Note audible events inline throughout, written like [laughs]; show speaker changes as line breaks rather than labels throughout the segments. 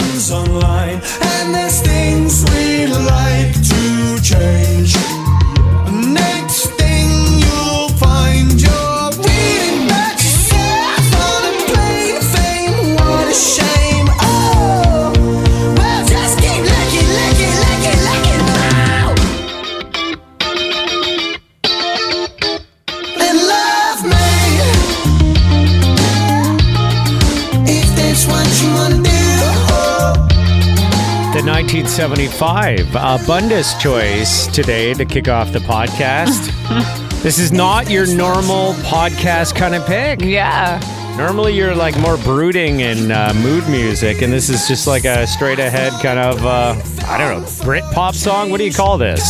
news online, and there's things we like to change. Next thing you'll find you're reading that stuff on a plane. Fame, what a shame. Oh, well, just keep looking, looking, looking, looking now. And love me. If that's what you wanna do,
The 1975 Abundus choice today to kick off the podcast.
[laughs]
this is not your normal podcast kind of pick.
Yeah.
Normally, you're like more brooding and uh, mood music, and this is just like a straight ahead kind of uh, I don't know Brit pop song. What do you call this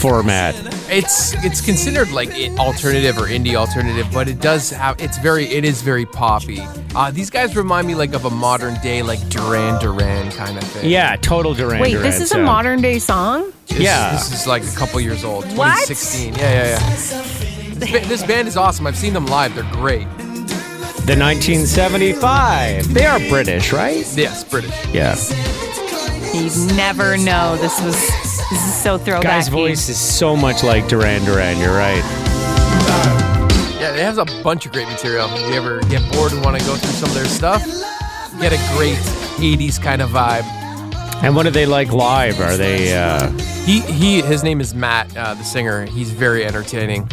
format?
It's it's considered like i- alternative or indie alternative, but it does have it's very it is very poppy. Uh, these guys remind me like of a modern day like Duran Duran kind of thing.
Yeah, total Duran.
Wait,
Duran
this is a
sound.
modern day song?
This,
yeah.
this is like a couple years old,
What?
2016. Yeah, yeah, yeah. This, ba- this band is awesome. I've seen them live. They're great.
The 1975. They are British, right?
Yes, British.
Yeah.
You'd never know. This was this is so throwback.
Guy's voice is so much like Duran Duran. You're right.
Yeah, they have a bunch of great material. If you ever get bored and want to go through some of their stuff, get a great 80s kind of vibe.
And what are they like live? Are they? Uh,
He he his name is Matt, uh, the singer. He's very entertaining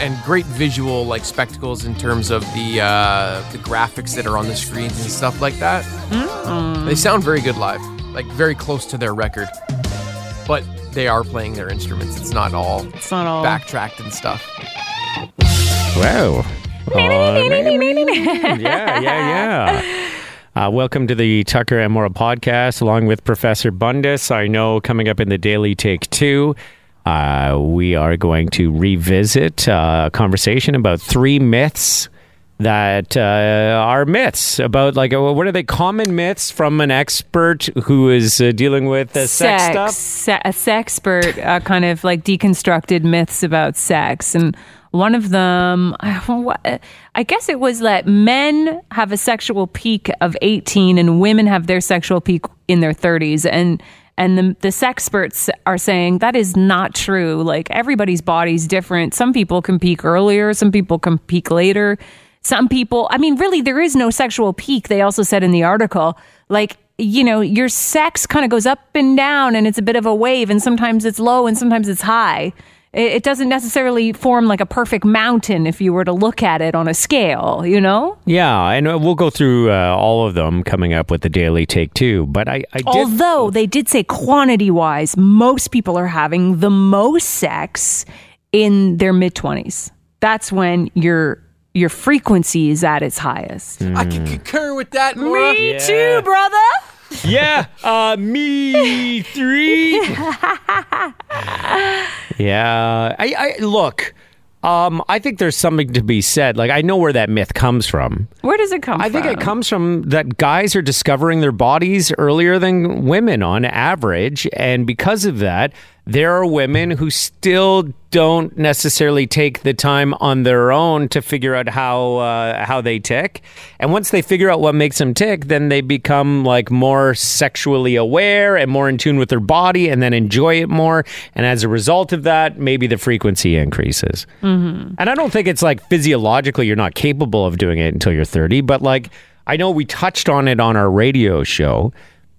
and great visual like spectacles in terms of the uh, the graphics that are on the screens and stuff like that.
Mm.
They sound very good live, like very close to their record, but they are playing their instruments. It's not all
It's not all.
backtracked and stuff.
wow. Oh, yeah, yeah, yeah. Uh, welcome to the Tucker and Mora podcast, along with Professor Bundus. I know coming up in the Daily Take Two, uh, we are going to revisit uh, a conversation about three myths that uh, are myths about like uh, what are they common myths from an expert who is uh, dealing with uh, sex stuff
se- a sexpert uh, kind of like deconstructed myths about sex and one of them uh, i guess it was that men have a sexual peak of 18 and women have their sexual peak in their 30s and and the, the sexperts are saying that is not true like everybody's body's different some people can peak earlier some people can peak later some people i mean really there is no sexual peak they also said in the article like you know your sex kind of goes up and down and it's a bit of a wave and sometimes it's low and sometimes it's high it, it doesn't necessarily form like a perfect mountain if you were to look at it on a scale you know
yeah and uh, we'll go through uh, all of them coming up with the daily take two but i, I did
although they did say quantity wise most people are having the most sex in their mid 20s that's when your your frequency is at its highest
I can concur with that. Maura.
me
Hmm. Yeah.
too brother
Yeah, uh, me three. yeah, I, I look. Um, I think there's something to be said. Like I know where that myth comes from.
where does it come
I
from
think it comes from that guys are discovering their bodies earlier than women on average, and because of that, there are women who still don't necessarily take the time on their own to figure out how uh, how they tick. And once they figure out what makes them tick, then they become like more sexually aware and more in tune with their body, and then enjoy it more. And as a result of that, maybe the frequency increases. And I don't think it's like physiologically you're not capable of doing it until you're 30, but like I know we touched on it on our radio show.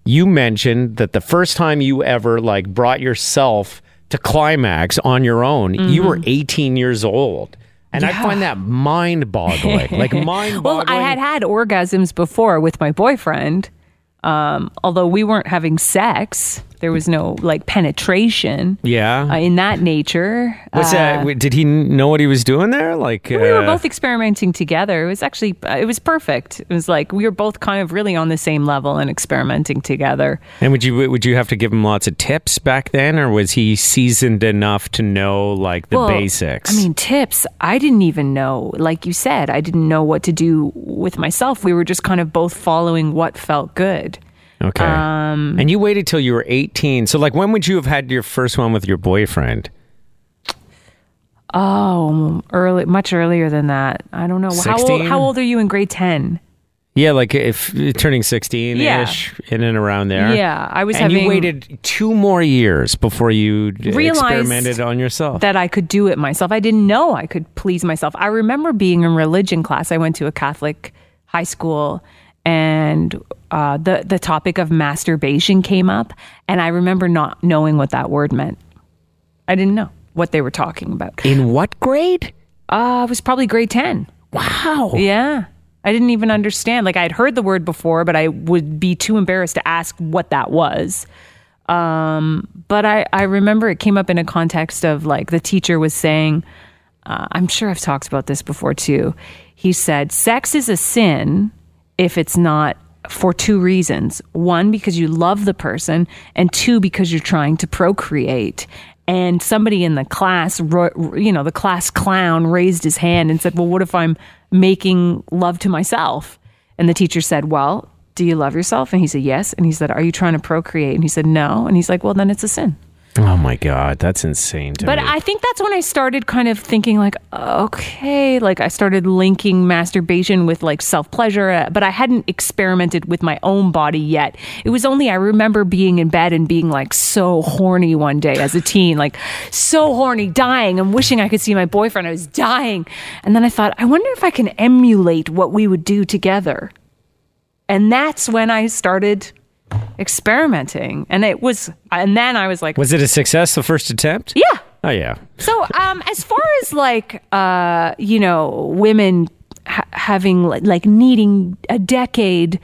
You mentioned that the first time you ever like brought yourself to climax on your own, you were
Mm-hmm.
18 years old. And I find that mind boggling. like mind boggling.
[laughs] Well, I had had orgasms before with my boyfriend, um, although we weren't having sex. There was no like penetration
Yeah.
uh, in that nature. Uh,
was that, w- did he n- know what he was doing there? Like,
we were
uh,
both experimenting together. It was actually uh, it was perfect. It was like we were both kind of really on the same level and experimenting together.
And would you would you have to give him lots of tips back then, or was he seasoned enough to know like the
Well,
basics?
I mean, tips. I didn't even know. Like you said, I didn't know what to do with myself. We were just kind of both following what felt good.
Okay. Um, and you waited till you were 18. So, like, when would you have had your first one with your boyfriend?
Oh, early, much earlier than that. I don't know. How old,
16?
how old are you in grade 10?
Yeah, like if turning 16 ish, in and around there.
Yeah, I was
And
having
you waited two more years before you d-
Realized
experimented on yourself.
that I could do it myself. I didn't know I could please myself. I remember being in religion class. I went to a Catholic high school, and uh, the the topic of masturbation came up, and I remember not knowing what that word meant. I didn't know what they were talking about.
in what grade?
Uh, it was probably grade ten.
Wow.
Yeah. I didn't even understand. Like I had heard the word before, but I would be too embarrassed to ask what that was. Um, but I, I remember it came up in a context of like the teacher was saying, uh, I'm sure I've talked about this before too. He said, Sex is a sin if it's not for two reasons one, because you love the person, and two, because you're trying to procreate. And somebody in the class, ro- you know, the class clown raised his hand and said, Well, what if I'm making love to myself? And the teacher said, Well, do you love yourself? And he said, Yes. And he said, Are you trying to procreate? And he said, No. And he's like, Well, then it's a sin.
Oh my God, that's insane to
But
me.
I think that's when I started kind of thinking, like, okay, like I started linking masturbation with like self pleasure, but I hadn't experimented with my own body yet. It was only I remember being in bed and being like so horny one day as a teen, like so horny, dying and wishing I could see my boyfriend. I was dying. And then I thought, I wonder if I can emulate what we would do together. And that's when I started experimenting. And it was, and then I was like, "Ah,
was it a success, the first attempt?
yeah.
Oh, yeah.
So, um, as far as like, uh, you know, women ha- having like, like needing a decade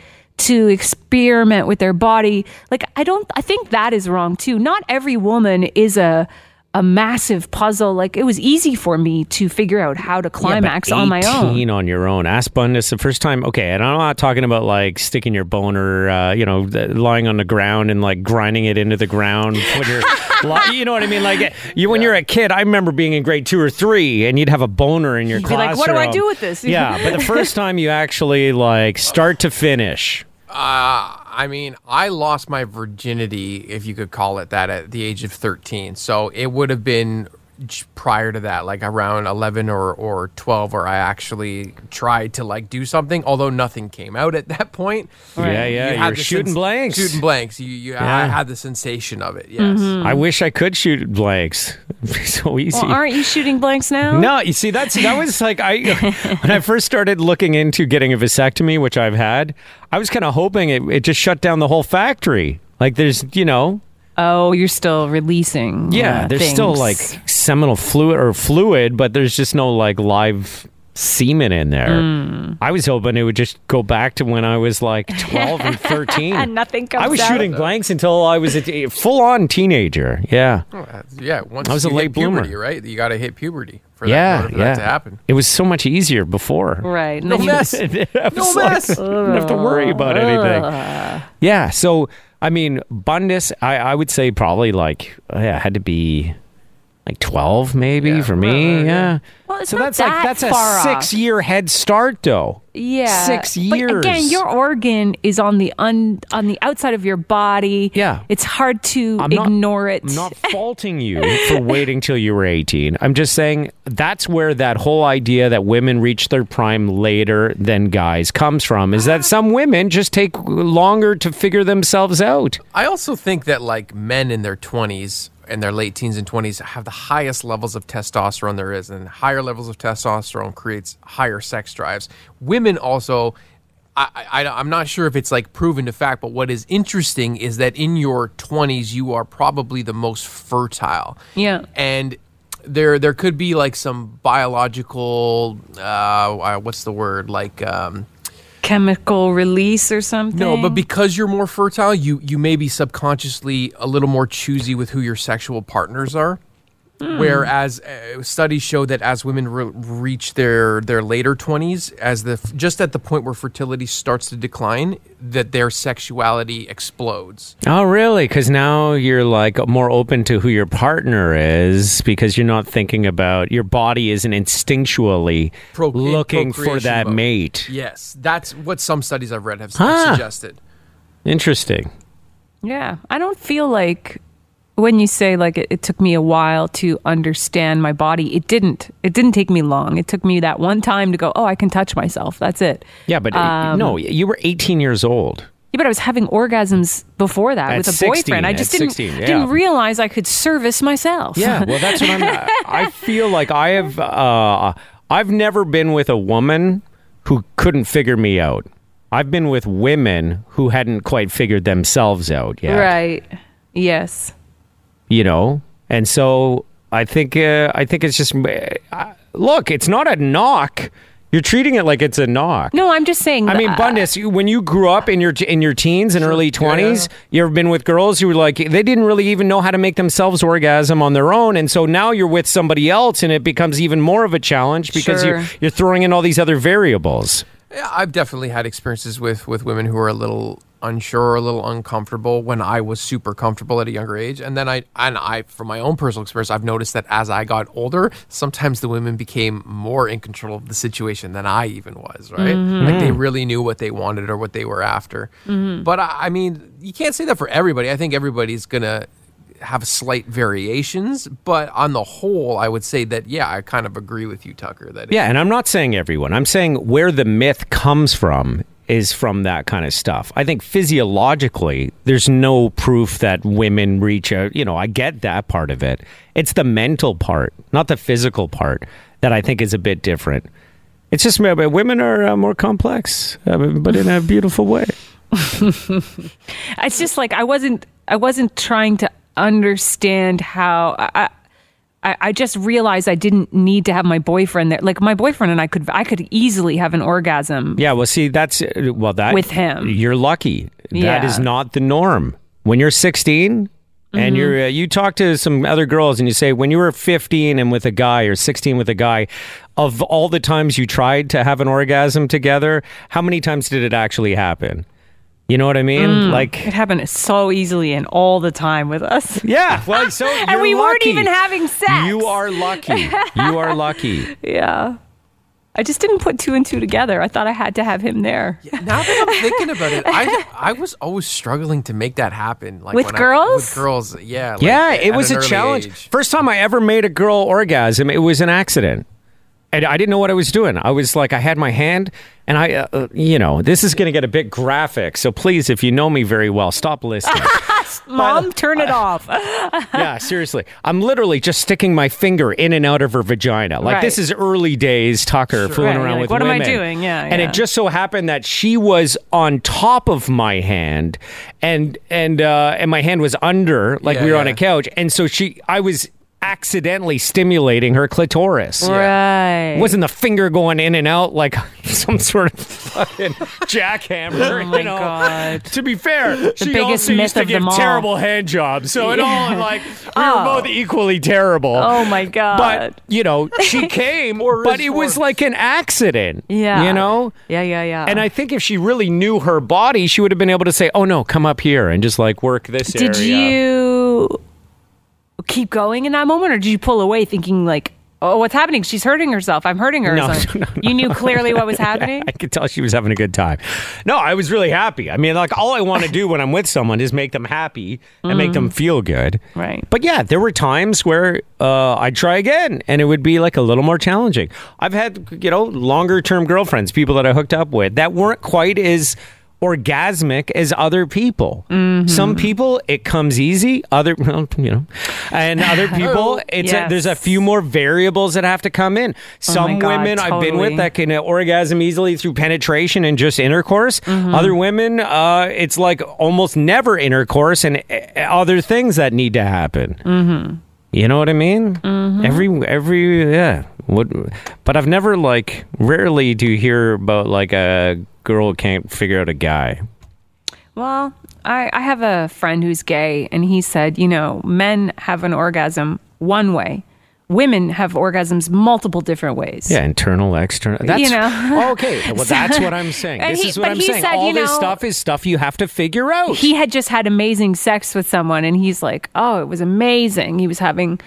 to experiment with their body, like I don't, I think that is wrong too. Not every woman is a a massive puzzle. Like it was easy for me to figure out how to climax
Yeah, but
on my own.
18 on your own. Ass bun is the first time. Okay, and I'm not talking about like sticking your boner, uh, you know, th- lying on the ground and like grinding it into the ground. When
[laughs]
you're, li- you know what I mean? Like you, when you're a kid, I remember being in grade two or three, and you'd have a boner in your
You'd be
classroom.
like, "What do I do with this?"
yeah, but the first time you actually like start to finish.
I mean, I lost my virginity, if you could call it that, at the age of 13. So it would have been j- prior to that, like around 11 or, or 12, where I actually tried to like do something, although nothing came out at that point.
Yeah, yeah,
You
you
had
are
the
shooting
sens-
blanks.
Shooting blanks. You, you I
Yeah.
had the sensation of it. Yes.
I wish I could shoot blanks. [laughs] so easy.
Well, aren't you shooting blanks now?
No, you see, that's that was
[laughs]
like I when I first started looking into getting a vasectomy, which I've had. I was kind of hoping it, it just shut down the whole factory. Like there's, you know,
Oh, you're still releasing.
yeah,
uh,
there's still
things.
like seminal fluid or fluid, but there's just no like live semen in there.
Hmm.
I was hoping it would just go back to when I was
[laughs]
like 12 and 13.
And nothing comes
I was
out.
shooting blanks until I was a t- full-on teenager. Yeah.
Uh, Yeah. Once
I was a
you
late
hit puberty,
bloomer.
right? You got to hit puberty for, that, in
yeah,
order for
yeah.
that to happen.
It was so much easier before.
Right. And
[laughs]
No
then you-
mess. No mess.
I don't have to worry about anything. Yeah. So, I mean, Bundus, I, I would say probably like, oh yeah, had to be like 12 maybe for me.
Yeah.
Yeah.
Well, it's
so
not
that's
that
like, that's
far
a
off.
six year head start though.
Yeah,
Six
But again,
years.
your organ is on the un, on the outside of your body.
Yeah.
it's hard to
I'm not-
ignore it.
I'm
[laughs]
not faulting you for waiting till you were 18. I'm just saying that's where that whole idea that women reach their prime later than guys comes from is that some women just take longer to figure themselves out.
I also think that like men in their 20s and their late teens and 20s have the highest levels of testosterone there is, and higher levels of testosterone creates higher sex drives. Women also. I, I, I- I'm not sure if it's like proven to fact, but what is interesting is that in your 20s, you are probably the most fertile.
Yeah.
And there there could be like some biological, uh, uh, what's the word? Like, um,
Chemical release or something.
no, but because you're more fertile, you you may be subconsciously a little more choosy with who your sexual partners are. Whereas uh, studies show that as women re- reach their their later twenties, as the f- just at the point where fertility starts to decline, that their sexuality explodes.
Oh, really? Because now you're like more open to who your partner is because you're not thinking about your body isn't instinctually
Pro- in
looking for
procreation
that
mode.
mate.
Yes, that's what some studies I've read have s-
Huh.
suggested.
Interesting.
yeah, I don't feel like when you say like it, it took me a while to understand my body, it didn't. It didn't take me long. It took me that one time to go, oh, I can touch myself. That's it. Um,
Yeah, but uh no, you were 18 years old.
Yeah, but I was having orgasms before that
At
with a
16,
boyfriend. I
at
just didn't
16, yeah.
didn't realize I could service myself. [laughs]
Yeah, well, that's what I'm. I feel like I have. Uh, I've never been with a woman who couldn't figure me out. I've been with women who hadn't quite figured themselves out yet.
Right. Yes.
You know, and so I think uh, I think it's just uh, look. It's not a knock. You're treating it like it's a knock.
No, I'm just saying.
I mean,
that-
Bundus, you- when you grew up in your in your teens and early twenties, you ever been with girls who were like they didn't really even know how to make themselves orgasm on their own, and so now you're with somebody else, and it becomes even more of a challenge because
Sure.
you're you're throwing in all these other variables.
Yeah, I've definitely had experiences with with women who are a little unsure, a little uncomfortable when I was super comfortable at a younger age. And then I and I from my own personal experience, I've noticed that as I got older, sometimes the women became more in control of the situation than I even was, right? Like they really knew what they wanted or what they were after. But I, I mean, you can't say that for everybody. I think everybody's going to have slight variations, but on the whole, I would say that yeah, I kind of agree with you Tucker that it-
Yeah, and I'm not saying everyone. I'm saying where the myth comes from is from that kind of stuff. I think physiologically, there's no proof that women reach out. You know, I get that part of it. It's the mental part, not the physical part, that I think is a bit different. It's just but women are uh, more complex, uh, but in a beautiful way.
it's just like I wasn't. I wasn't trying to understand how. I, I, I just realized I didn't need to have my boyfriend there. Like my boyfriend and I could. I could easily have an orgasm.
Yeah, well, see, that's well that
With him.
You're lucky. That
Yeah. Mm-hmm.
is not the norm. When you're 16 and you're uh, you talk to some other girls and you say when you were 15 and with a guy or 16 with a guy, of all the times you tried to have an orgasm together, how many times did it actually happen? You know what I mean?
It
Like,
happened so easily and all the time with
[laughs]
us.
yeah. Well, so
[laughs] and
you're
we weren't
lucky.
even having sex.
You are lucky. You are
[laughs]
lucky.
Yeah. I just didn't put two and two together. I thought I had to have him there.
now that I'm thinking about it,
[laughs]
I I was always struggling to make that happen. Like
With
when I-
girls?
with girls, yeah. like,
Yeah,
at
it was
an
a
early
challenge.
age.
First time I ever made a girl orgasm, it was an accident. And I didn't know what I was doing. I was like, I had my hand, and I, uh, uh, you know, this is going to get a bit graphic. So please, if you know me very well, stop listening.
Mom, turn
[laughs]
it off.
yeah, seriously. I'm literally just sticking my finger in and out of her vagina. Like,
Right.
this is early days Tucker fooling
Right, you're
around
like,
with
"What am I
women.
doing?" Yeah,
And
yeah.
it just so happened that she was on top of my hand, and and uh, and my hand was under, like
Yeah,
we were on
yeah.
a couch, and so she, I was accidentally stimulating her clitoris.
Right.
Wasn't the finger going in and out like [laughs] some sort of fucking [laughs] jackhammer?
Oh
[laughs]
my
you know?
God.
To be fair, she
biggest
also
myth
used to
of
give
them all.
terrible hand jobs. So it
[laughs]
all like we were both equally terrible.
Oh my God.
But you know,
[laughs]
she came, but it was like an accident.
yeah.
you know.
Yeah, yeah, yeah.
And I think if she really knew her body, she would have been able to say, "Oh no, come up here and just like work this
did
area."
you keep going in that moment or did you pull away thinking like, oh, what's happening? She's hurting herself. I'm hurting her. or
No,
something?
no,
you knew clearly
[laughs]
what was happening?
I could tell she was having a good time. No, I was really happy. I mean, like all I want to do when I'm with someone is make them happy and make them feel good.
Mm. Right.
But yeah, there were times where uh, I'd try again and it would be like a little more challenging. I've had, you know, longer term girlfriends, people that I hooked up with that weren't quite as orgasmic as other people.
Mm-hmm.
Some people it comes easy, other [laughs] well, you know. And
[laughs]
other people it's a, there's a
Yes.
few more variables that have to come in. Some
Oh God,
women I've been with
totally.
that can uh, orgasm easily through penetration and just intercourse.
Mm-hmm.
Other women, uh, it's like almost never intercourse and uh, other things that need to happen. Mm-hmm. You know what I mean?
Mm-hmm.
Every every yeah. What, but I've never like rarely do you hear about like a girl can't figure out a guy.
Well, I, I have a friend who's gay, and he said, you know, men have an orgasm one way, women have orgasms multiple different ways.
Yeah, internal, external. That's [laughs]
know.
okay. Well, that's what I'm saying.
[laughs] And
This
he-
is what
but
I'm
he
saying.
said,
All
you
this
know-
stuff is stuff you have to figure out.
He had just had amazing sex with someone, and he's like, oh, it was amazing. He was having.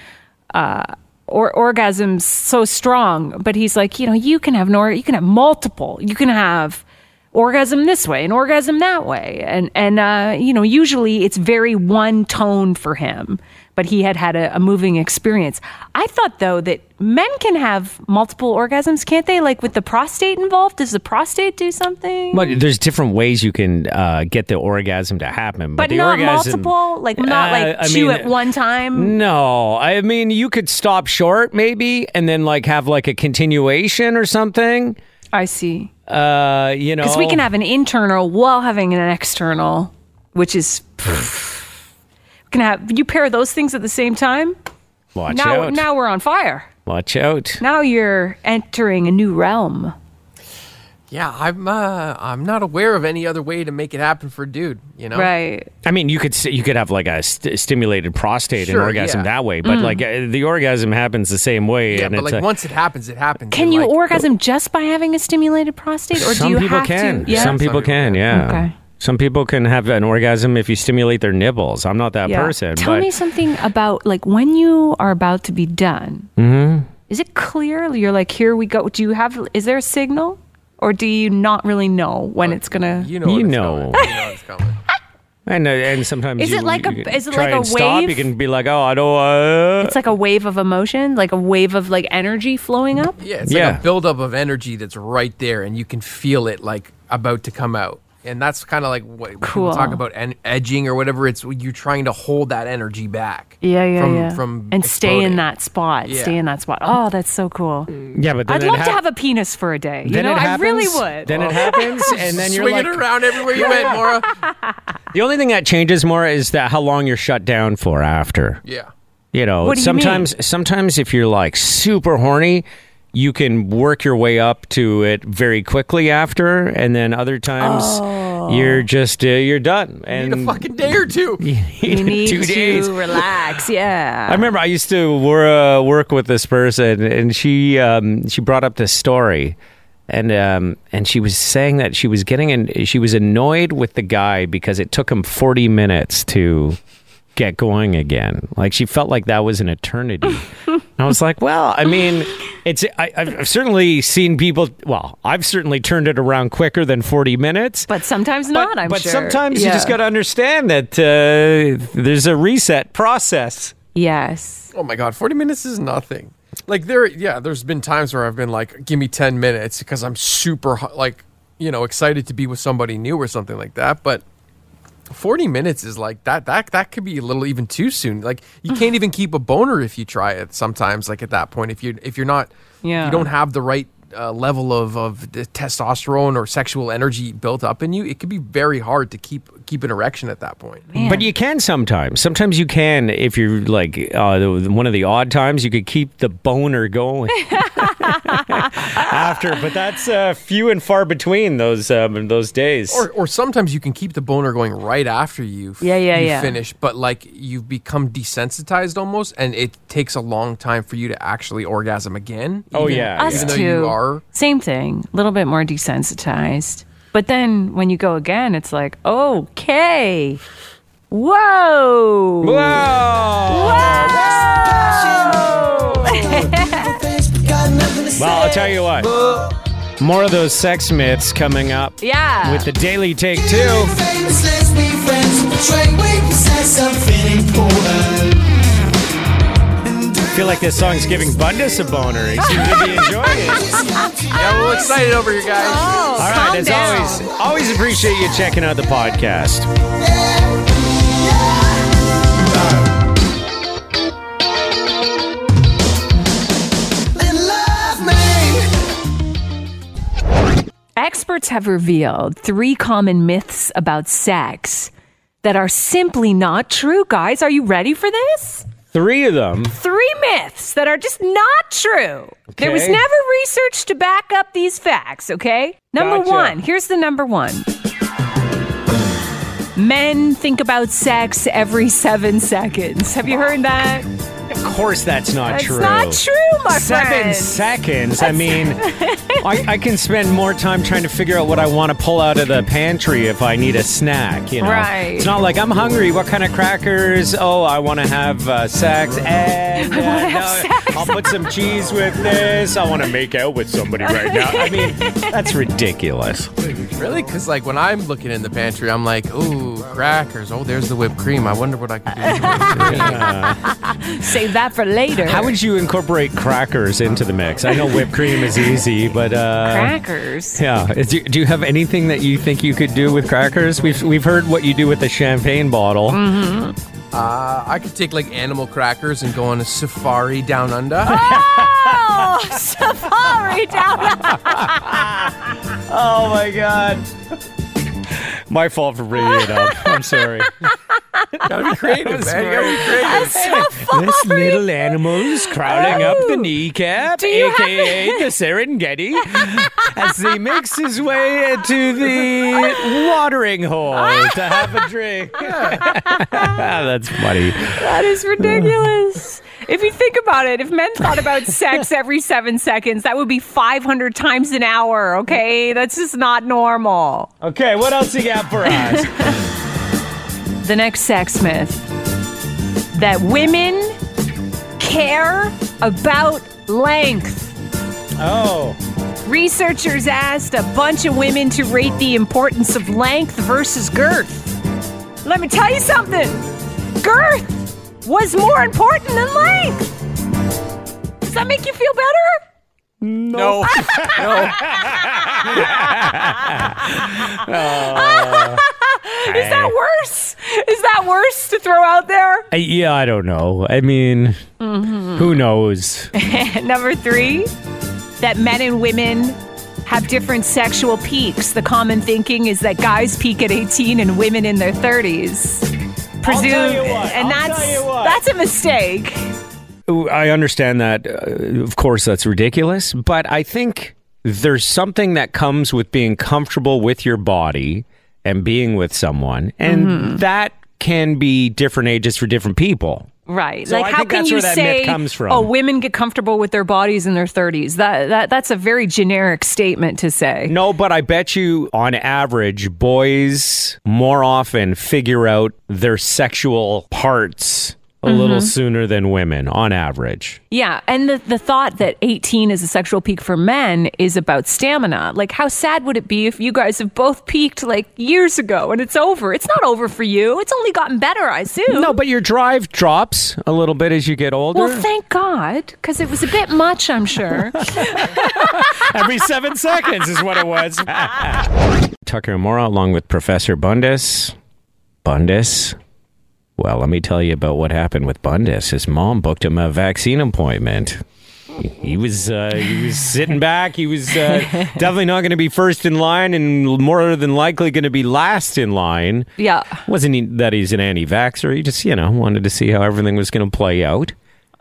Uh, or orgasms so strong, but he's like, you know, you can have an or- you can have multiple, you can have orgasm this way and orgasm that way and and uh, you know usually it's very one tone for him but he had had a, a moving experience i thought though that men can have multiple orgasms can't they like with the prostate involved does the prostate do something
But there's different ways you can uh, get the orgasm to happen, but,
but
the
not
orgasm,
multiple like mm. not
Uh,
like
I
two
mean-
at one time
No, I mean you could stop short maybe, and then like have like a continuation or something.
i see
Uh, you know,
Because we can have an internal while having an external, which is. [sighs] pff, we can have you pair those things at the same time.
watch
now,
out,
now we're on fire.
watch out.
Now you're entering a new realm.
Yeah, I'm uh, I'm not aware of any other way to make it happen for a dude. You know,
Right.
I mean, you could s- you could have like a st- stimulated prostate
Sure,
and orgasm
yeah.
that way,
Mm.
but like uh, the orgasm happens the same way.
Yeah,
and
but
it's
like
like-
once it happens, it happens.
Can
and,
you
like,
orgasm just by having a stimulated prostate, or
some
do you
people
have
can,
to? Yeah.
some people
Some people
can,
can.
yeah.
Okay.
Some people can have an orgasm if you stimulate their nibbles. I'm not that
Yeah.
person.
Tell
but
me something about like when you are about to be done.
Mm-hmm.
Is it clear? You're like, here we go. Do you have? Is there a signal, or do you not really know when it's gonna?
You know, when
You
it's
know.
coming. you know when
[laughs]
it's coming.
And uh, and sometimes
Is
you,
it like a-
you
is it
try
like a
and stop.
wave?
You can be like, oh, I don't. Uh.
It's like a wave of emotion, like a wave of like energy flowing up.
Yeah, it's
Yeah.
like a buildup of energy that's right there, and you can feel it like about to come out. And that's kind of like what when
Cool.
people talk about en- edging or whatever. It's you're trying to hold that energy back.
Yeah, yeah,
from,
yeah.
From
and stay in
exploding.
that spot.
Yeah. Mm.
Stay in that spot. Oh, that's so cool.
yeah, but then
I'd
it
love to
hap-
have a penis for a day. You
then
know,
it
I
happens,
really would.
Then it
[laughs]
happens, and then you're
Swing
like,
it around everywhere you went,
[laughs]
Mora.
the only thing that changes more is that how long you're shut down for after.
Yeah.
You know,
What do you
sometimes sometimes if you're like super horny, you can work your way up to it very quickly after, and then other times
Oh.
you're just uh, you're done. And
Need a
[laughs]
fucking day or two.
you need
two
to
days.
relax. Yeah.
I remember I used to wor- uh, work with this person, and she um, she brought up this story, and um, and she was saying that she was getting an, she was annoyed with the guy because it took him forty minutes to get going again. Like she felt like that was an eternity.
[laughs]
and I was like, well, I mean, it's I, I've I've certainly seen people. Well, I've certainly turned it around quicker than forty minutes.
but sometimes not. I'm
but
sure.
sometimes you
Yeah.
just got to understand that uh, there's a reset process.
Yes.
Oh my god, forty minutes is nothing. Like there, yeah. There's been times where I've been like, "Give me ten minutes" because I'm super hu- like, you know, excited to be with somebody new or something like that. But forty minutes is like that. That that could be a little even too soon. Like you can't even keep a boner if you try it. Sometimes, like at that point, if you if you're not,
Yeah.
you don't have the right. Uh, level of of the testosterone or sexual energy built up in you, it could be very hard to keep keep an erection at that point.
But you can sometimes. Sometimes you can if you're like uh, the- one of the odd times you could keep the boner
[laughs]
going after. But that's uh, few and far between those um, those days.
Or, or sometimes you can keep the boner going right after you, f-
Yeah, yeah,
you
yeah.
finish, but like you've become desensitized almost, and it takes a long time for you to actually orgasm again.
Oh,
even-
yeah,
Us
even though
too.
you are.
Same thing. A little bit more desensitized. But then when you go again, it's like, okay. Whoa.
well, I'll tell you what. More of those sex myths coming up
Yeah.
with the Daily Take [laughs] Two.
Famous, let's be friends. Try we possess something important.
I feel like this song's giving Bundes a boner. He seems to be enjoying it.
[laughs]
Yeah, we're excited over you guys.
All right, as always, always appreciate you checking out the podcast.
And love me.
Experts have revealed three common myths about sex that are simply not true, guys. Are you ready for this?
Three of them.
Three myths that are just not true. There was
Okay.
never research to back up these facts, okay? Number
Gotcha.
one, here's the number one. Men think about sex every seven seconds. Have you heard that?
Of course, that's not
That's
true.
not true, my
Seven
friend.
seconds. I mean, I, I can spend more time trying to figure out what I want to pull out of the pantry if I need a snack. You know,
Right.
It's not like I'm hungry. What kind of crackers? Oh, I want to have uh, sex. And, I want to
have
I'll put some cheese with this. I want to make out with somebody right now. I mean, that's ridiculous.
Really? Because like when I'm looking in the pantry, I'm like, ooh, crackers. Oh, there's the whipped cream. I wonder what I could do. With the
[laughs]
whipped cream.
Save that for later.
How would you incorporate crackers into the mix? I know whipped cream is easy, but uh, [laughs]
Crackers.
yeah. Is- Do, do you have anything that you think you could do with crackers? We've we've heard what you do with the champagne bottle.
Mm. Uh, I could take like animal crackers and go on a safari down under.
[laughs] Oh, safari down.
Oh my
[laughs]
god. My fault for bringing it up. I'm sorry.
[laughs] Gotta be creative, man.
[laughs]
Gotta be creative.
This little animal is crawling up
Oh.
the kneecap,
you have
aka
[laughs]
the Serengeti, as he makes his way to the watering hole to have
[laughs]
a drink. [laughs] That's funny.
That is ridiculous. [laughs] If you think about it, if men thought about [laughs] sex every seven seconds, that would be 500 times an hour, okay? That's just not normal.
Okay, what else you got for
[laughs]
us?
the next sex myth that women care about length.
Oh,
Researchers asked a bunch of women to rate the importance of length versus girth. Let me tell you something girth was more important than length. Does that make you feel better?
No. no.
Is that worse? Is that worse to throw out there?
[laughs] I- yeah, I don't know. I mean, who knows?
[laughs] Number three, that men and women have different sexual peaks. The common thinking is that guys peak at 18 and women in their 30s. Presume, and that's that's a mistake.
I understand that. Uh, of course, that's ridiculous, but I think there's something that comes with being comfortable with your body and being with someone, and that can be different ages for different people.
Right.
So
like
I
how
think
can
that's
you
where that myth
say
comes from.
oh women get comfortable with their bodies in their 30s? That that that's a very generic statement to say.
No, but I bet you, on average, boys more often figure out their sexual parts a little sooner than women, on average.
Yeah, and the, the thought that 18 is a sexual peak for men is about stamina. Like, how sad would it be if you guys have both peaked like years ago and it's over? It's not over for you. It's only gotten better, I assume.
No, but your drive drops a little bit as you get older.
Well, thank God, because it was a bit much,
[laughs]
I'm sure.
Every seven seconds is what it was. [laughs] Tucker and Mora, along with Professor Bundes. Bundes? Well, let me tell you about what happened with Bundes. His mom booked him a vaccine appointment. He- He was uh, he was sitting back. He was
[laughs]
uh, definitely not going to be first in line, and more than likely going to be last in line.
yeah.
Wasn't he, that he's an anti-vaxxer? He just you know wanted to see how everything was going to play out.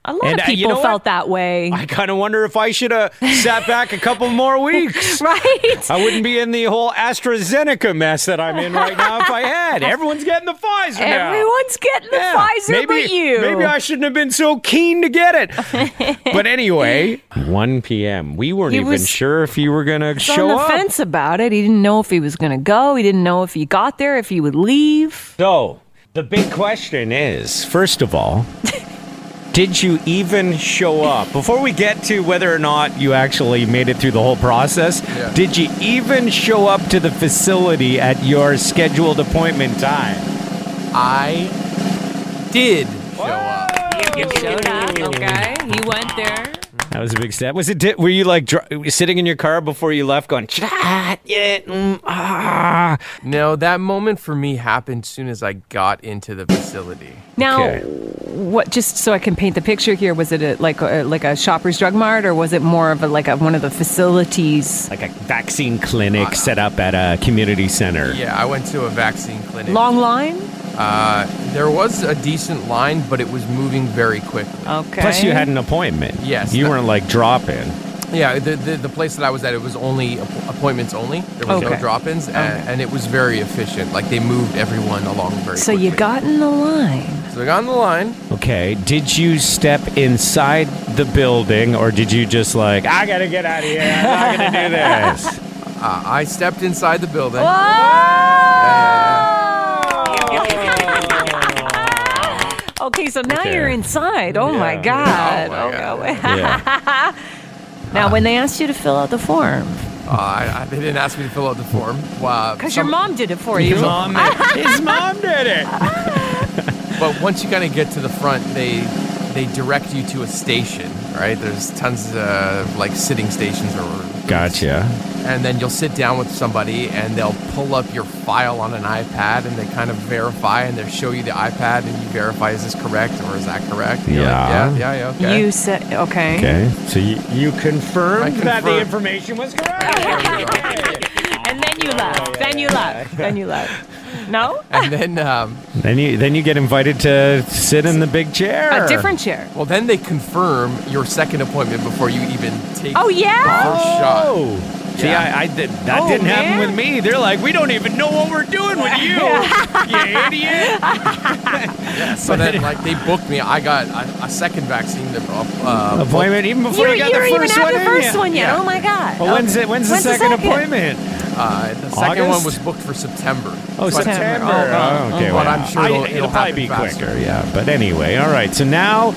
A lot
And,
of
uh, you
people
know what?
felt that way.
I kind of wonder if I should have sat back a couple more weeks. [laughs]
[laughs] [laughs] right?
I wouldn't be in the whole AstraZeneca mess that I'm in right now if I had.
[laughs]
Everyone's getting the Pfizer now.
Everyone's getting the
Yeah.
Pfizer but you.
Maybe I shouldn't have been so keen to get it.
[laughs]
but anyway, 1 p.m. We weren't
He
even
was
sure if you were going to
was on
show
the
up.
fence about it. He didn't know if he was going to go. He didn't know if he got there, if he would leave.
So, the big question is first of
[laughs]
all, did you even show up? Before we get to whether or not you actually made it through the whole process, did you even show up to the facility at your scheduled appointment time?
I did show up.
showed up. Okay, he went there.
That was a big step. Was it? Di- were you like dr- sitting in your car before you left, going? "Ah, yeah, mm, ah."
No, that moment for me happened soon as I got into the facility.
Now,
Okay.
what? Just so I can paint the picture here, was it a, like a, like a Shoppers Drug Mart, or was it more of a, like a, one of the facilities?
Like a vaccine clinic set up at a community center.
Yeah, I went to a vaccine clinic.
Long line.
Uh, there was a decent line, but it was moving very quickly.
Okay.
Plus, you had an appointment.
Yes,
you
that-
weren't like drop in.
Yeah, the, the, the place that I was at, it was only app- appointments only. There was
Okay.
no drop-ins, and, and it was very efficient. Like they moved everyone along very.
So you
quickly.
got in the line.
So I got on the line.
Okay, did you step inside the building, or did you just like I gotta get out of here? I'm not gonna do [laughs] this.
Uh, I stepped inside the building.
Oh! okay, [laughs] Okay, so now you're inside. Oh my God.
Oh, my
Oh, no. [laughs] now, when they asked you to fill out the form,
Uh, I, I, they didn't ask me to fill out the form. Uh, Wow.
because your mom did it for you.
His mom, did, [laughs] his mom did it.
But once you kind of get to the front, they they direct you to a station, right? There's tons of uh, like sitting stations or
Gotcha.
and then you'll sit down with somebody and they'll pull up your file on an iPad and they kind of verify and they show you the iPad and you verify is this correct or is that correct? And you're like,
Yeah.
yeah, yeah, yeah. Okay.
You said, okay.
Okay. So you, you
I
confirmed that the
confirmed.
information was correct.
And then you left. Then you left. Then you
[laughs]
left. No?
[laughs] and then, um,
then you then you get invited to sit in the big chair.
A different chair.
well, then they confirm your second appointment before you even take
Oh, yeah?
the first shot.
Oh. See,
Yeah.
I, I did, that
Oh,
didn't happen
man.
with me. They're like, we don't even know what we're doing with you, [laughs] you idiot. [laughs]
So then, like, they booked me. I got a, a second vaccine. That, uh, uh,
Appointment even before
You,
you, got
you don't
the
even
first
have
one.
the
in
first
ya.
one yet.
Yeah.
Oh, my God.
Well, when's it? When's, the second, appointment?
uh, the second
August?
one was booked for September.
Oh,
But-
September.
Oh,
Oh, okay,
but
well,
I'm sure
I-
it'll- it'll
probably be
happen faster.
quicker. Yeah, but anyway, all right. So now,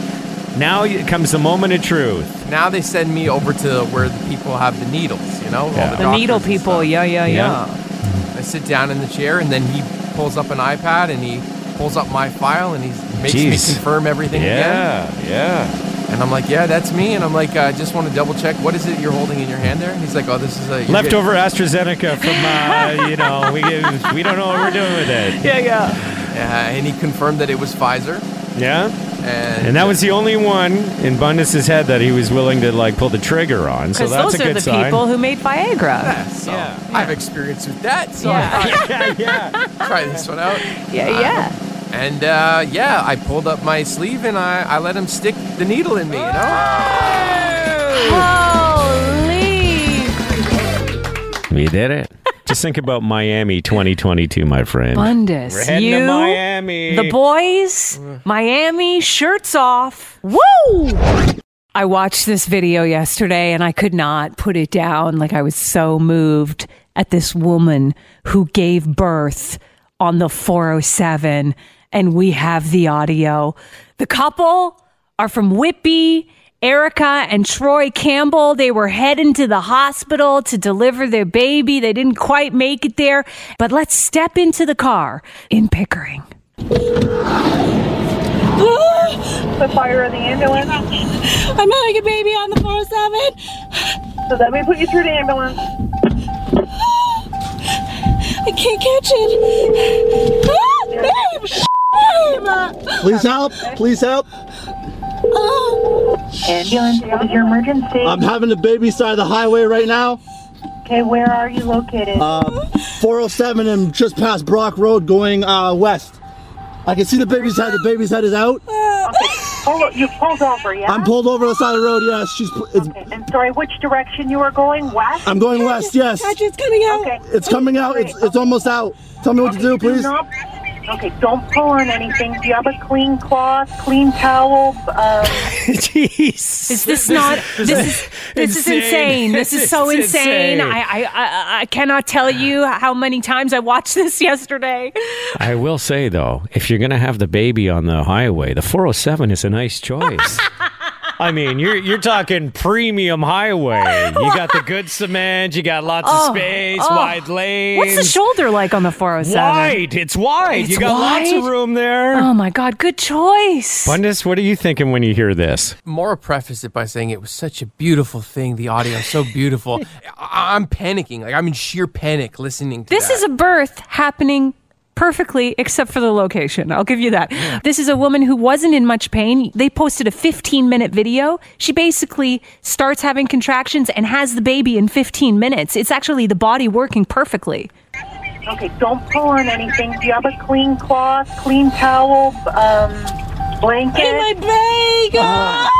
now y- comes the moment of truth.
Now they send me over to where the people have the needles, you know? all
Yeah.
the
The needle
doctors and
people.
stuff.
Yeah, yeah,
Yeah.
yeah.
I sit down in the chair, and then he pulls up an iPad and he pulls up my file and he makes
Jeez.
me confirm everything
yeah.
again. And I'm like, yeah, that's me. And I'm like, I just want to double check. What is it you're holding in your hand there? And he's like, oh, this is a you're
Leftover AstraZeneca from uh, you know we give- we don't know what we're doing with it.
Yeah, yeah.
getting-" Uh, and he confirmed that it was Pfizer.
Yeah,
And,
and that was the only one in Bundus's head that he was willing to like pull the trigger on. So
Because
that's
those
a
are
good
the
sign.
people who made Viagra.
Yeah, so
Yeah.
I've experience with that, so
Yeah.
yeah, [laughs] yeah.
I try this one out.
Yeah, yeah.
And uh, yeah, I pulled up my sleeve and I, I let him stick the needle in me, you know?
Holy
We did it. Just think about Miami 2022, my friend.
Bundus.
We're heading
you,
to Miami. [laughs]
the boys, Miami, shirts off. Woo! I watched this video yesterday and I could not put it down. Like, I was so moved at this woman who gave birth on the 407. And we have the audio. The couple are from Whippy. Erica and Troy Campbell, they were heading to the hospital to deliver their baby. They didn't quite make it there. But let's step into the car in Pickering.
the fire of the ambulance.
I'm having a baby on the 407.
So let me put you through the ambulance.
I can't catch it. Ah, babe, babe.
Please help! Please help!
Oh,
Ambulance, what is your emergency?
I'm having a baby side of the highway right now.
okay, where are you located?
Uh, 407 and just past Brock Road going uh, west. I can see the baby's head. The baby's head is out.
Hold on, you pulled over, yeah?
I'm pulled over to the side of the road. Yes, she's. It's,
Okay, and sorry, which direction you are going? West?
I'm going west. Yes,
gosh, it's coming out.
okay.
it's coming out. It's it's almost out. Tell me what to do, please.
Nope. Okay, don't pull on anything. Do you have a clean cloth, clean towel? Um,
Jeez.
Is this not? [laughs] This is this is insane. This is so
It's insane.
insane. I, I I I cannot tell you how many times I watched [laughs] this yesterday.
I will say though, if you're going to have the baby on the highway, the 407 is a nice choice. [laughs] I mean, you're you're talking premium highway. You got the good cement, you got lots
Oh,
of space,
oh.
wide lanes.
What's the shoulder like on the 407?
Wide. It's wide.
It's
you got lots of
wide?
room there.
Oh my God! Good choice.
Bundus, what are you thinking when you hear this?
Mora prefaced it by saying it was such a beautiful thing. The audio
[laughs]
so beautiful. I- I'm panicking. Like, I'm in sheer panic listening to
This
that.
is a birth happening perfectly, except for the location. I'll give you that. This is a woman who wasn't in much pain. They posted a 15 minute video. She basically starts having contractions and has the baby in 15 minutes. It's actually the body working perfectly.
okay, don't pull on anything. Do you have a clean cloth, clean towel? Um, blanket?
My baby.
Uh-huh.
Ah!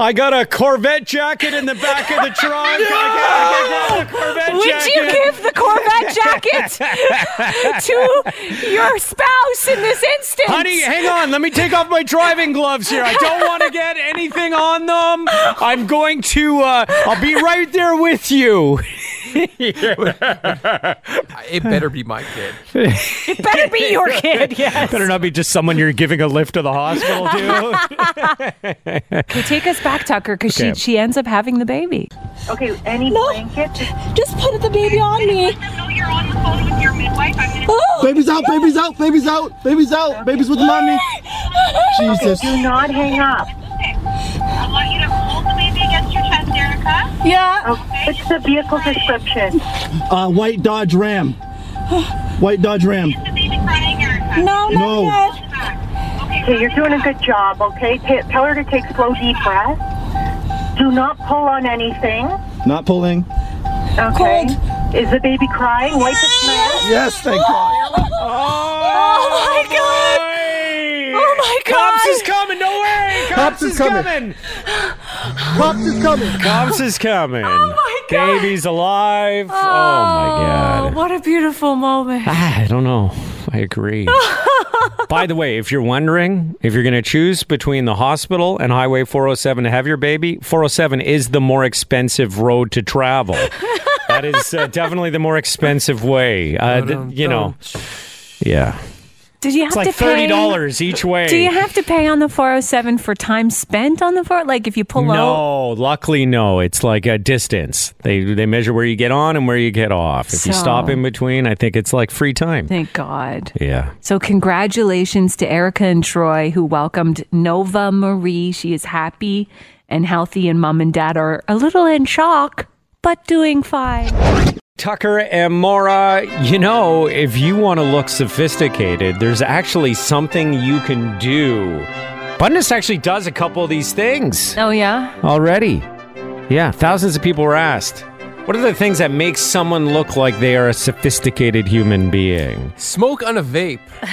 I got a Corvette jacket in the back of the
[laughs]
trunk. I got, I got a Corvette
Would
jacket.
you give the Corvette
[laughs]
jacket to your spouse in this instance?
Honey, hang on. Let me take off my driving gloves here. I don't want to get anything on them. I'm going to. Uh, I'll be right there with you.
It better be my kid.
Better be
[laughs]
your kid. Yes.
Better not be just someone you're giving a lift to the hospital to.
Okay, take us back, Tucker, because
Okay.
she she ends up having the baby.
Okay, any
No.
blanket?
Just put the baby on me.
you're on the phone with your midwife. I'm gonna
Oh,
Baby's out, baby's out, baby's out, baby's out, baby's with mommy. Jesus.
Do not hang up.
I want you to hold the baby against your chest, Erica.
Yeah.
What's Oh, the vehicle description?
Uh, white Dodge Ram. White Dodge Ram.
The baby crying, Erica.
No, no.
No.
yet.
Okay,
Okay, you're doing a good job, okay? Ta tell her to take slow, deep breaths. Do not pull on anything,
Not pulling.
okay? Is the baby crying? Wipe its mouth.
Yes, thank God.
Oh my god. Oh my
Cops
God.
is coming! No way! Cops,
is
is
coming.
coming!
Pops is coming.
Cops is coming! Oh
my God.
Baby's alive! Oh, my
Oh,
god!
What a beautiful moment.
Ah, I don't know. I
[laughs]
agree. By the way, if you're wondering if you're going to choose between the hospital and Highway 407 to have your baby, 407 is the more expensive road to
[laughs]
travel. that is uh, definitely the more expensive way. Uh, th- you know, yeah.
Did you have
It's like
to pay
$30 each way.
Do you have to pay on the 407 for time spent on the 4? Like if you pull out?
No, luckily no. It's like a distance. They they measure where you get on and where you get off. If you
So-
stop in between, I think it's like free time.
Thank God.
Yeah.
So congratulations to Erica and Troy who welcomed Nova Marie. She is happy and healthy and mom and dad are a little in shock but doing fine.
Tucker and Mora, you know, if you want to look sophisticated, there's actually something you can do. Bundus actually does a couple of these things
Oh yeah.
already. Yeah, thousands of people were asked. What are the things that make someone look like they are a sophisticated human being?
Smoke on
[laughs]
a vape.
Oh,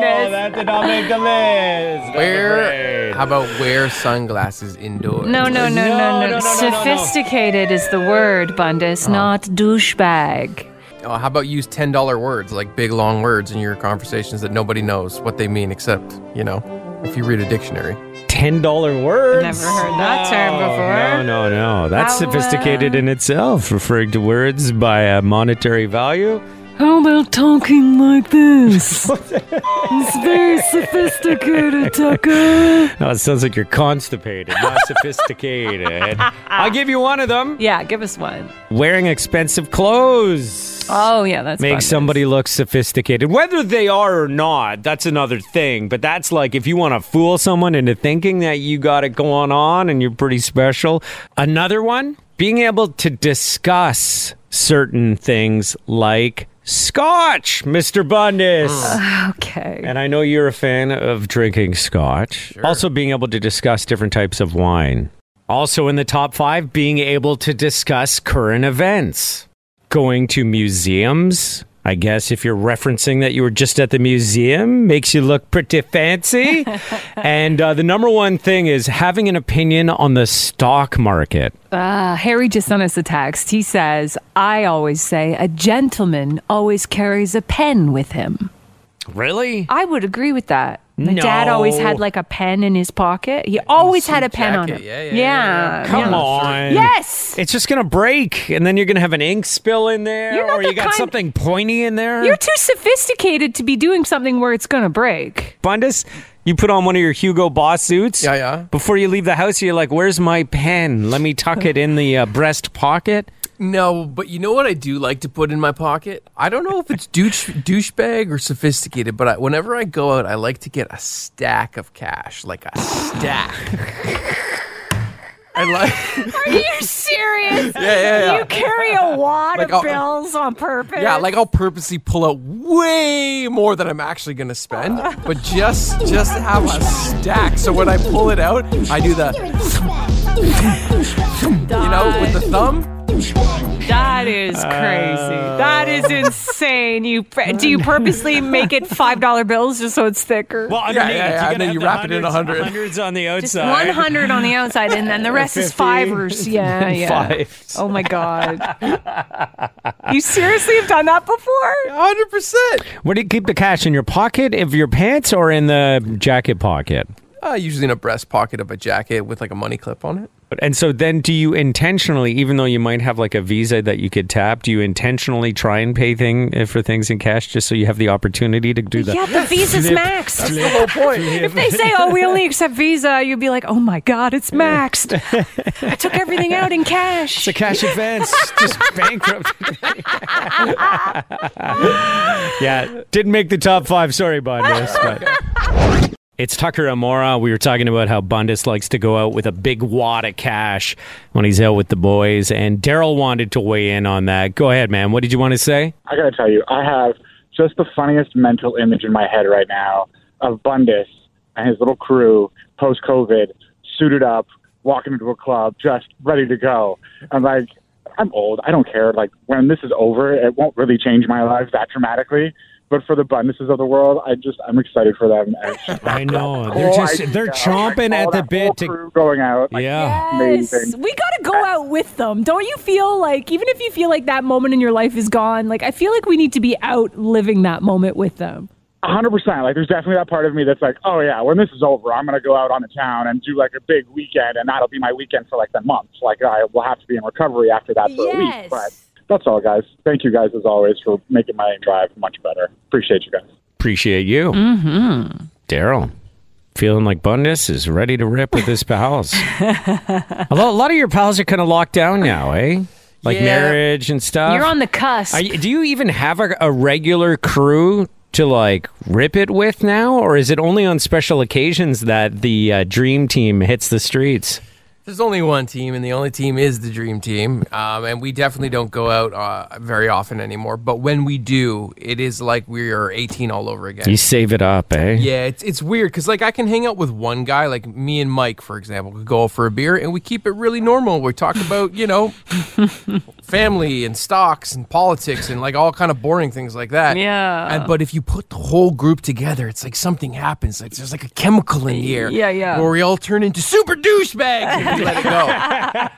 that did not make the list.
Wear. How about wear sunglasses indoors?
No,
No,
no, no, no, no.
no, no, no, no.
Sophisticated is the word, Bundes, not douchebag.
Oh, how about use ten dollar words like big long words in your conversations that nobody knows what they mean except you know if you read a dictionary.
Ten dollar words.
Never heard that term
No,
before.
no, no. That's
How, uh,
sophisticated in itself, referring to words by a monetary value.
How about talking like this? it's very sophisticated, Tucker.
No, it sounds like you're constipated,
[laughs]
not sophisticated. I'll give you one of them.
Yeah, give us one.
Wearing expensive clothes.
Oh yeah, that's
Make
fun.
somebody look sophisticated. Whether they are or not, that's another thing. But that's like if you want to fool someone into thinking that you got it going on and you're pretty special. Another one, being able to discuss certain things like scotch, Mr. Bundes.
Okay.
And I know you're a fan of drinking scotch. Also, being able to discuss different types of wine. Also, in the top five, being able to discuss current events. Going to museums. I guess if you're referencing that you were just at the museum, makes you look pretty fancy.
[laughs]
and uh, the number one thing is having an opinion on the stock market.
Uh, Harry just sent us a text. He says, "I always say a gentleman always carries a pen with him."
Really?
I would agree with that. My dad
No.
always had like a pen in his pocket. He always had a pen on him.
jacket. Yeah, yeah, yeah,
yeah.
Come on.
Yes.
It's just going to break, and then you're going to have an ink spill in there,
You're not
or
the
you got
kind-
something pointy in there.
You're too sophisticated to be doing something where it's going to break.
Bundes, you put on one of your Hugo Boss suits.
Yeah, yeah.
Before you leave the house, you're like, "Where's my pen? Let me tuck it in the uh, breast pocket."
No, but you know what I do like to put in my pocket? I don't know if it's douche, douchebag or sophisticated, but I, whenever I go out, I like to get a stack of cash, like a stack. I like, [laughs]
Are you serious?
yeah, yeah, yeah.
carry a wad
Like, I'll-
on purpose.
Yeah, like I'll purposely pull out way more than I'm actually gonna spend, but just just to have a stack. So when I pull it out, I do the you know with the thumb.
that is
uh,
crazy. that
[laughs]
is insane. You pr- do you purposely make it five dollar bills just so it's thicker?
Well,
underneath, yeah, yeah, you and gotta then have you the wrap it in a hundreds- hundred.
Hundreds on the
just
outside.
one hundred on the outside, and then the rest is
50.
fivers.
[laughs]
Yeah, yeah.
Fives.
Oh my god! you seriously have done that before?
Hundred percent.
Where do you keep the cash in your pocket of your pants or in the jacket pocket?
Uh, usually in a breast pocket of a jacket with like a money clip on it.
And so then do you intentionally, even though you might have like a visa that you could tap, do you intentionally try and pay thing eh, for things in cash just so you have the opportunity to do that?
Yeah, the visa's maxed.
Flip,
If they say, "Oh, we only accept Visa," you'd be like, "Oh my God, it's maxed! I took everything out in cash."
It's a cash [laughs] advance, just bankrupt. [laughs] yeah, didn't make the top five. Sorry, Bondas. But. [laughs] It's Tucker Amora. We were talking about how Bundes likes to go out with a big wad of cash when he's out with the boys, and Daryl wanted to weigh in on that. Go ahead, man. What did you want to say?
I gotta tell you, I have just the funniest mental image in my head right now of Bundus and his little crew post COVID, suited up, walking into a club, just ready to go. I'm like, I'm old. I don't care. Like when this is over, it won't really change my life that dramatically. But for the Bunduses of the world, I just I'm excited for
[laughs]
them. And it's just
I know
the
they're
whole
just they're
idea of, like,
chomping
all
at the
that whole
bit to
crew going out. Like,
yeah.
Yes,
Amazing.
we gotta go out with them. Don't you feel like, even if you feel like that moment in your life is gone, like I feel like we need to be out living that moment with them.
A hundred percent. Like, there's definitely that part of me that's like, oh yeah, when this is over, I'm gonna go out on the town and do like a big weekend, and that'll be my weekend for like the month. Like, I will have to be in recovery after that for a
Yes.
week. But that's all, guys. Thank you guys as always for making my drive much better. Appreciate you guys.
Appreciate you, mm-hmm. Daryl. Feeling like Bundes is ready to rip with his pals. [laughs] a, lot, a lot of your pals are kind of locked down now, eh? Like
Yeah.
marriage and stuff.
You're on the cusp.
Are you- do you even have a, a regular crew to like rip it with now, or is it only on special occasions that the uh, dream team hits the streets?
There's only one team, and the only team is the dream team. Um, and we definitely don't go out uh, very often anymore. But when we do, it is like we are 18 all over again.
You save it up, eh?
Yeah, it's it's weird because like I can hang out with one guy, like me and Mike, for example, could go out for a beer and we keep it really normal. We talk about
[laughs]
you know family and stocks and politics and like all kind of boring things like that.
Yeah.
And, but if you put the whole group together, it's like something happens. Like there's like a chemical in the air.
Yeah, yeah.
Where we all turn into super douchebags and we let it
[laughs]
go,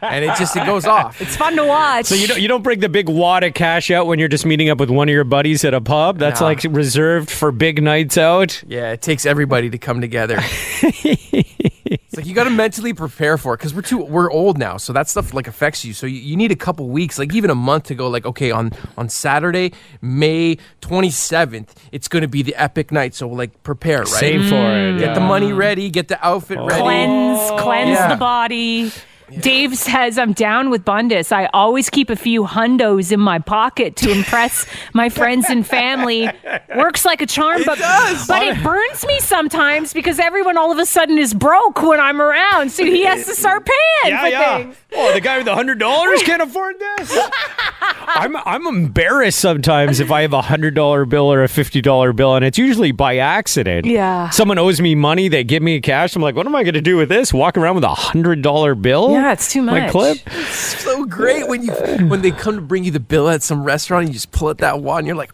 and it just it goes off.
it's fun to watch.
So you don't you don't bring the big wad of cash out when you're just meeting up with one of your buddies at a pub. That's
Nah.
like reserved for big nights out.
Yeah, it takes everybody to come together.
[laughs]
it's like you got to mentally prepare for it because we're too we're old now, so that stuff like affects you. So you, you need a couple weeks, like even a month, to go like, okay, on on Saturday, May twenty seventh, it's going to be the epic night. So like prepare, right?
Save for it.
Mm. Get the money ready, get the outfit ready.
Mm-hmm.
Oh.
cleanse, cleanse
Yeah.
the [laughs] body. Dave says, I'm down with Bundus. I always keep a few hundos in my pocket to impress my friends and family. Works like a charm, but, but it burns me sometimes because everyone all of a sudden is broke when I'm around. So he has to start paying for things.
Oh, the guy with the hundred dollars can't afford this. [laughs] I'm I'm embarrassed sometimes if I have a hundred dollar bill or a fifty dollar bill, and it's usually by accident.
Yeah.
Someone owes me money, they give me cash. I'm like, what am I going to do with this? Walk around with a hundred dollar bill?
Yeah, it's too
My
much.
clip.
so great when you when they come to bring you the bill at some restaurant and you just pull at that one, you're like.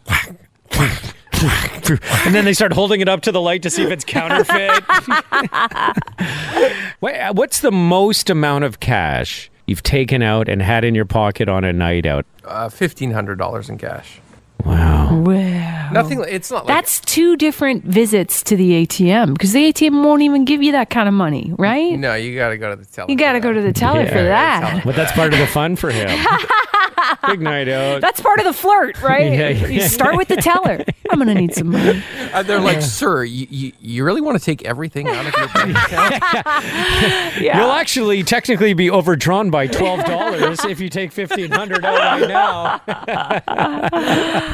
[laughs]
and then they start holding it up to the light to see if it's [laughs] counterfeit. Wait, uh, what's the most amount of cash you've taken out and had in your pocket on a night out?
Uh, fifteen hundred dollars in cash.
Wow.
Wow.
Nothing. It's not like
Oh. That's two different visits to the ATM because the ATM won't even give you that kind of money, right?
no. You got to go to the teller.
You got to go to the teller
Yeah.
for that.
Teller.
But that's part of the fun for him. Big night out.
That's part of the flirt, right?
Yeah,
You start with the teller. I'm going to need some money.
And Uh, they're like, sir, you, you, you really want to take everything
[laughs]
out of your bank account?
You'll actually technically be overdrawn by twelve dollars if you take fifteen hundred out right now.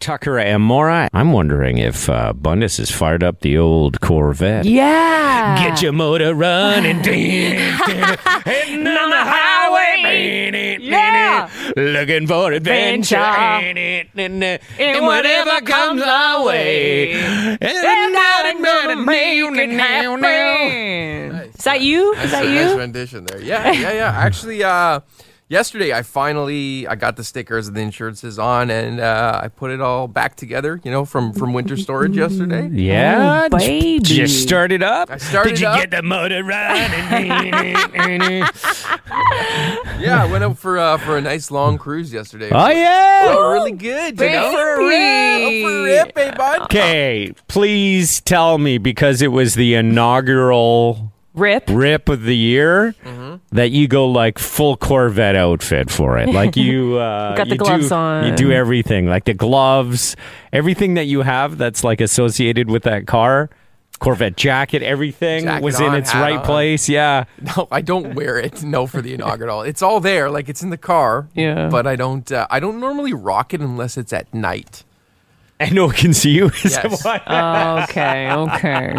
Tucker Amora, I'm wondering if uh, Bundus has fired up the old Corvette.
Yeah.
Get your motor running, heading on the [laughs] highway.
Yeah.
looking for adventure, and whatever comes our way. And I'm gonna make it happen.
Is that you? Is that
Nice
you?
rendition there. Yeah,
[laughs]
yeah, yeah. Actually, uh, yesterday I finally I got the stickers and the insurances on, and uh, I put it all back together. You know, from from winter
[laughs]
storage yesterday.
Yeah,
Oh,
j-
baby.
Did you start it up?
I started
Did you
up.
get the motor running?
Yeah, I went out for uh, for a nice long cruise yesterday.
[laughs] oh
Oh,
yeah.
really good. You know?
Baby.
Up for a rip, eh, bud? [laughs]
Okay, please tell me because it was the inaugural
Rip.
rip of the year that you go like full Corvette outfit for it. Like you uh,
Got the
you
gloves
do,
on.
You do everything, like the gloves, everything that you have that's like associated with that car. Corvette jacket, everything
Jacket
was in
on,
its
hat
right
on.
place. Yeah,
No, I don't wear it. No, for
[laughs]
the inaugural, it's all there. Like it's in the car.
Yeah.
But I don't. Uh, I don't normally rock it unless it's at night.
and no one can see you. [laughs] Is that
Yes.
why?
Okay, okay.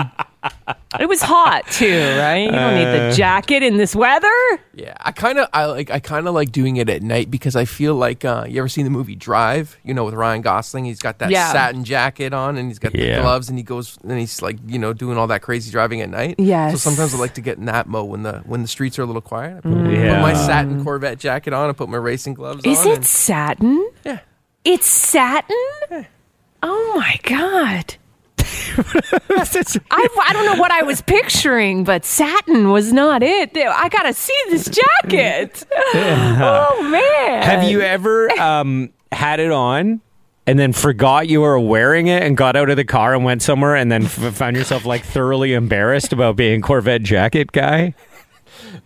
It was hot too, right? You don't need the jacket in this weather.
Yeah. I kind of. I like. I kind of like doing it at night because I feel like. Uh, you ever seen the movie Drive? You know, with Ryan Gosling, he's got that
Yeah.
satin jacket on and he's got
Yeah.
the gloves and he goes and he's like, you know, doing all that crazy driving at night. So
Yes.
sometimes I like to get in that mode when the when the streets are a little quiet. I put,
Mm. Yeah.
put my satin Corvette jacket on. I put my racing gloves
Is
on.
it satin?
Yeah.
It's satin? Oh my
[laughs]
god. I, I don't know what I was picturing, but satin was not it. I gotta see this jacket.
[laughs]
Oh man!
Have you ever um, had it on and then forgot you were wearing it and got out of the car and went somewhere and then f- found yourself like thoroughly embarrassed about being Corvette jacket guy?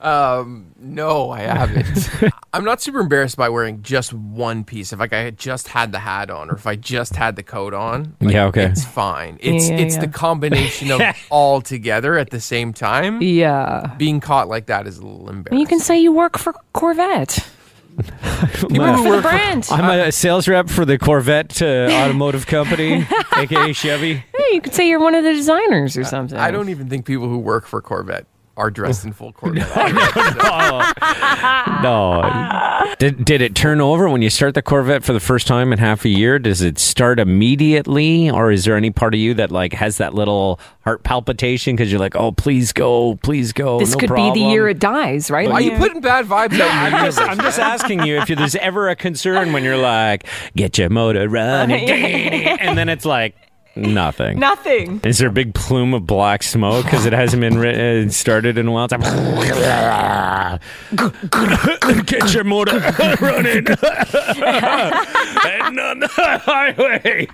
No,
[laughs]
I haven't. I'm not super embarrassed by wearing just one piece. If like I had just had the hat on, or if I just had the coat on, like,
Yeah, okay.
it's fine. It's
yeah,
it's the
yeah.
[laughs]
combination of all together at the same time.
Yeah.
Being caught like that is a little embarrassing.
You can say you work for Corvette.
People
Work for the brand.
I'm a sales rep for the Corvette
[laughs]
uh, automotive company, aka Chevy.
Hey, you could say you're one of the designers or something.
I don't even think people who work for Corvette are dressed in
[laughs]
full Corvette.
No, did did it turn over when you start the Corvette for the first time in half a year? Does it start immediately, or is there any part of you that like has that little heart palpitation because you're like, oh, please go, please go.
This
no
could be the
problem."
year it dies, right?
Why are you putting bad vibes out? in the
I'm just,
universe?
I'm just asking you if there's ever a concern when you're like, get your motor
[laughs]
running, and then it's like nothing.
Nothing.
Is there a big plume of black smoke because it hasn't been ri- uh, started in a while? It's like, [laughs] get your motor [laughs] running, and on the highway.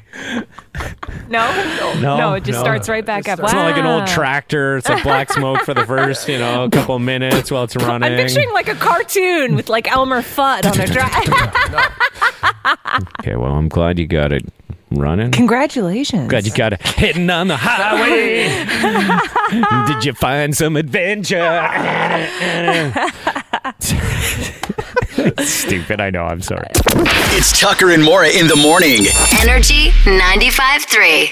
No,
No,
no, it just
Oh, no.
starts Ah. right back up.
It's not like an old
Wow.
tractor. It's like black smoke for the first, you know,
[laughs]
couple minutes while it's running.
I'm picturing like a cartoon with like Elmer Fudd on a
[laughs]
drive.
okay, well, I'm glad you got it running.
Congratulations.
Glad you got it. Hitting on the highway. Did you find some adventure? [laughs] Stupid, I know. I'm sorry.
It's Tucker and Mora in the morning.
Energy 95.3.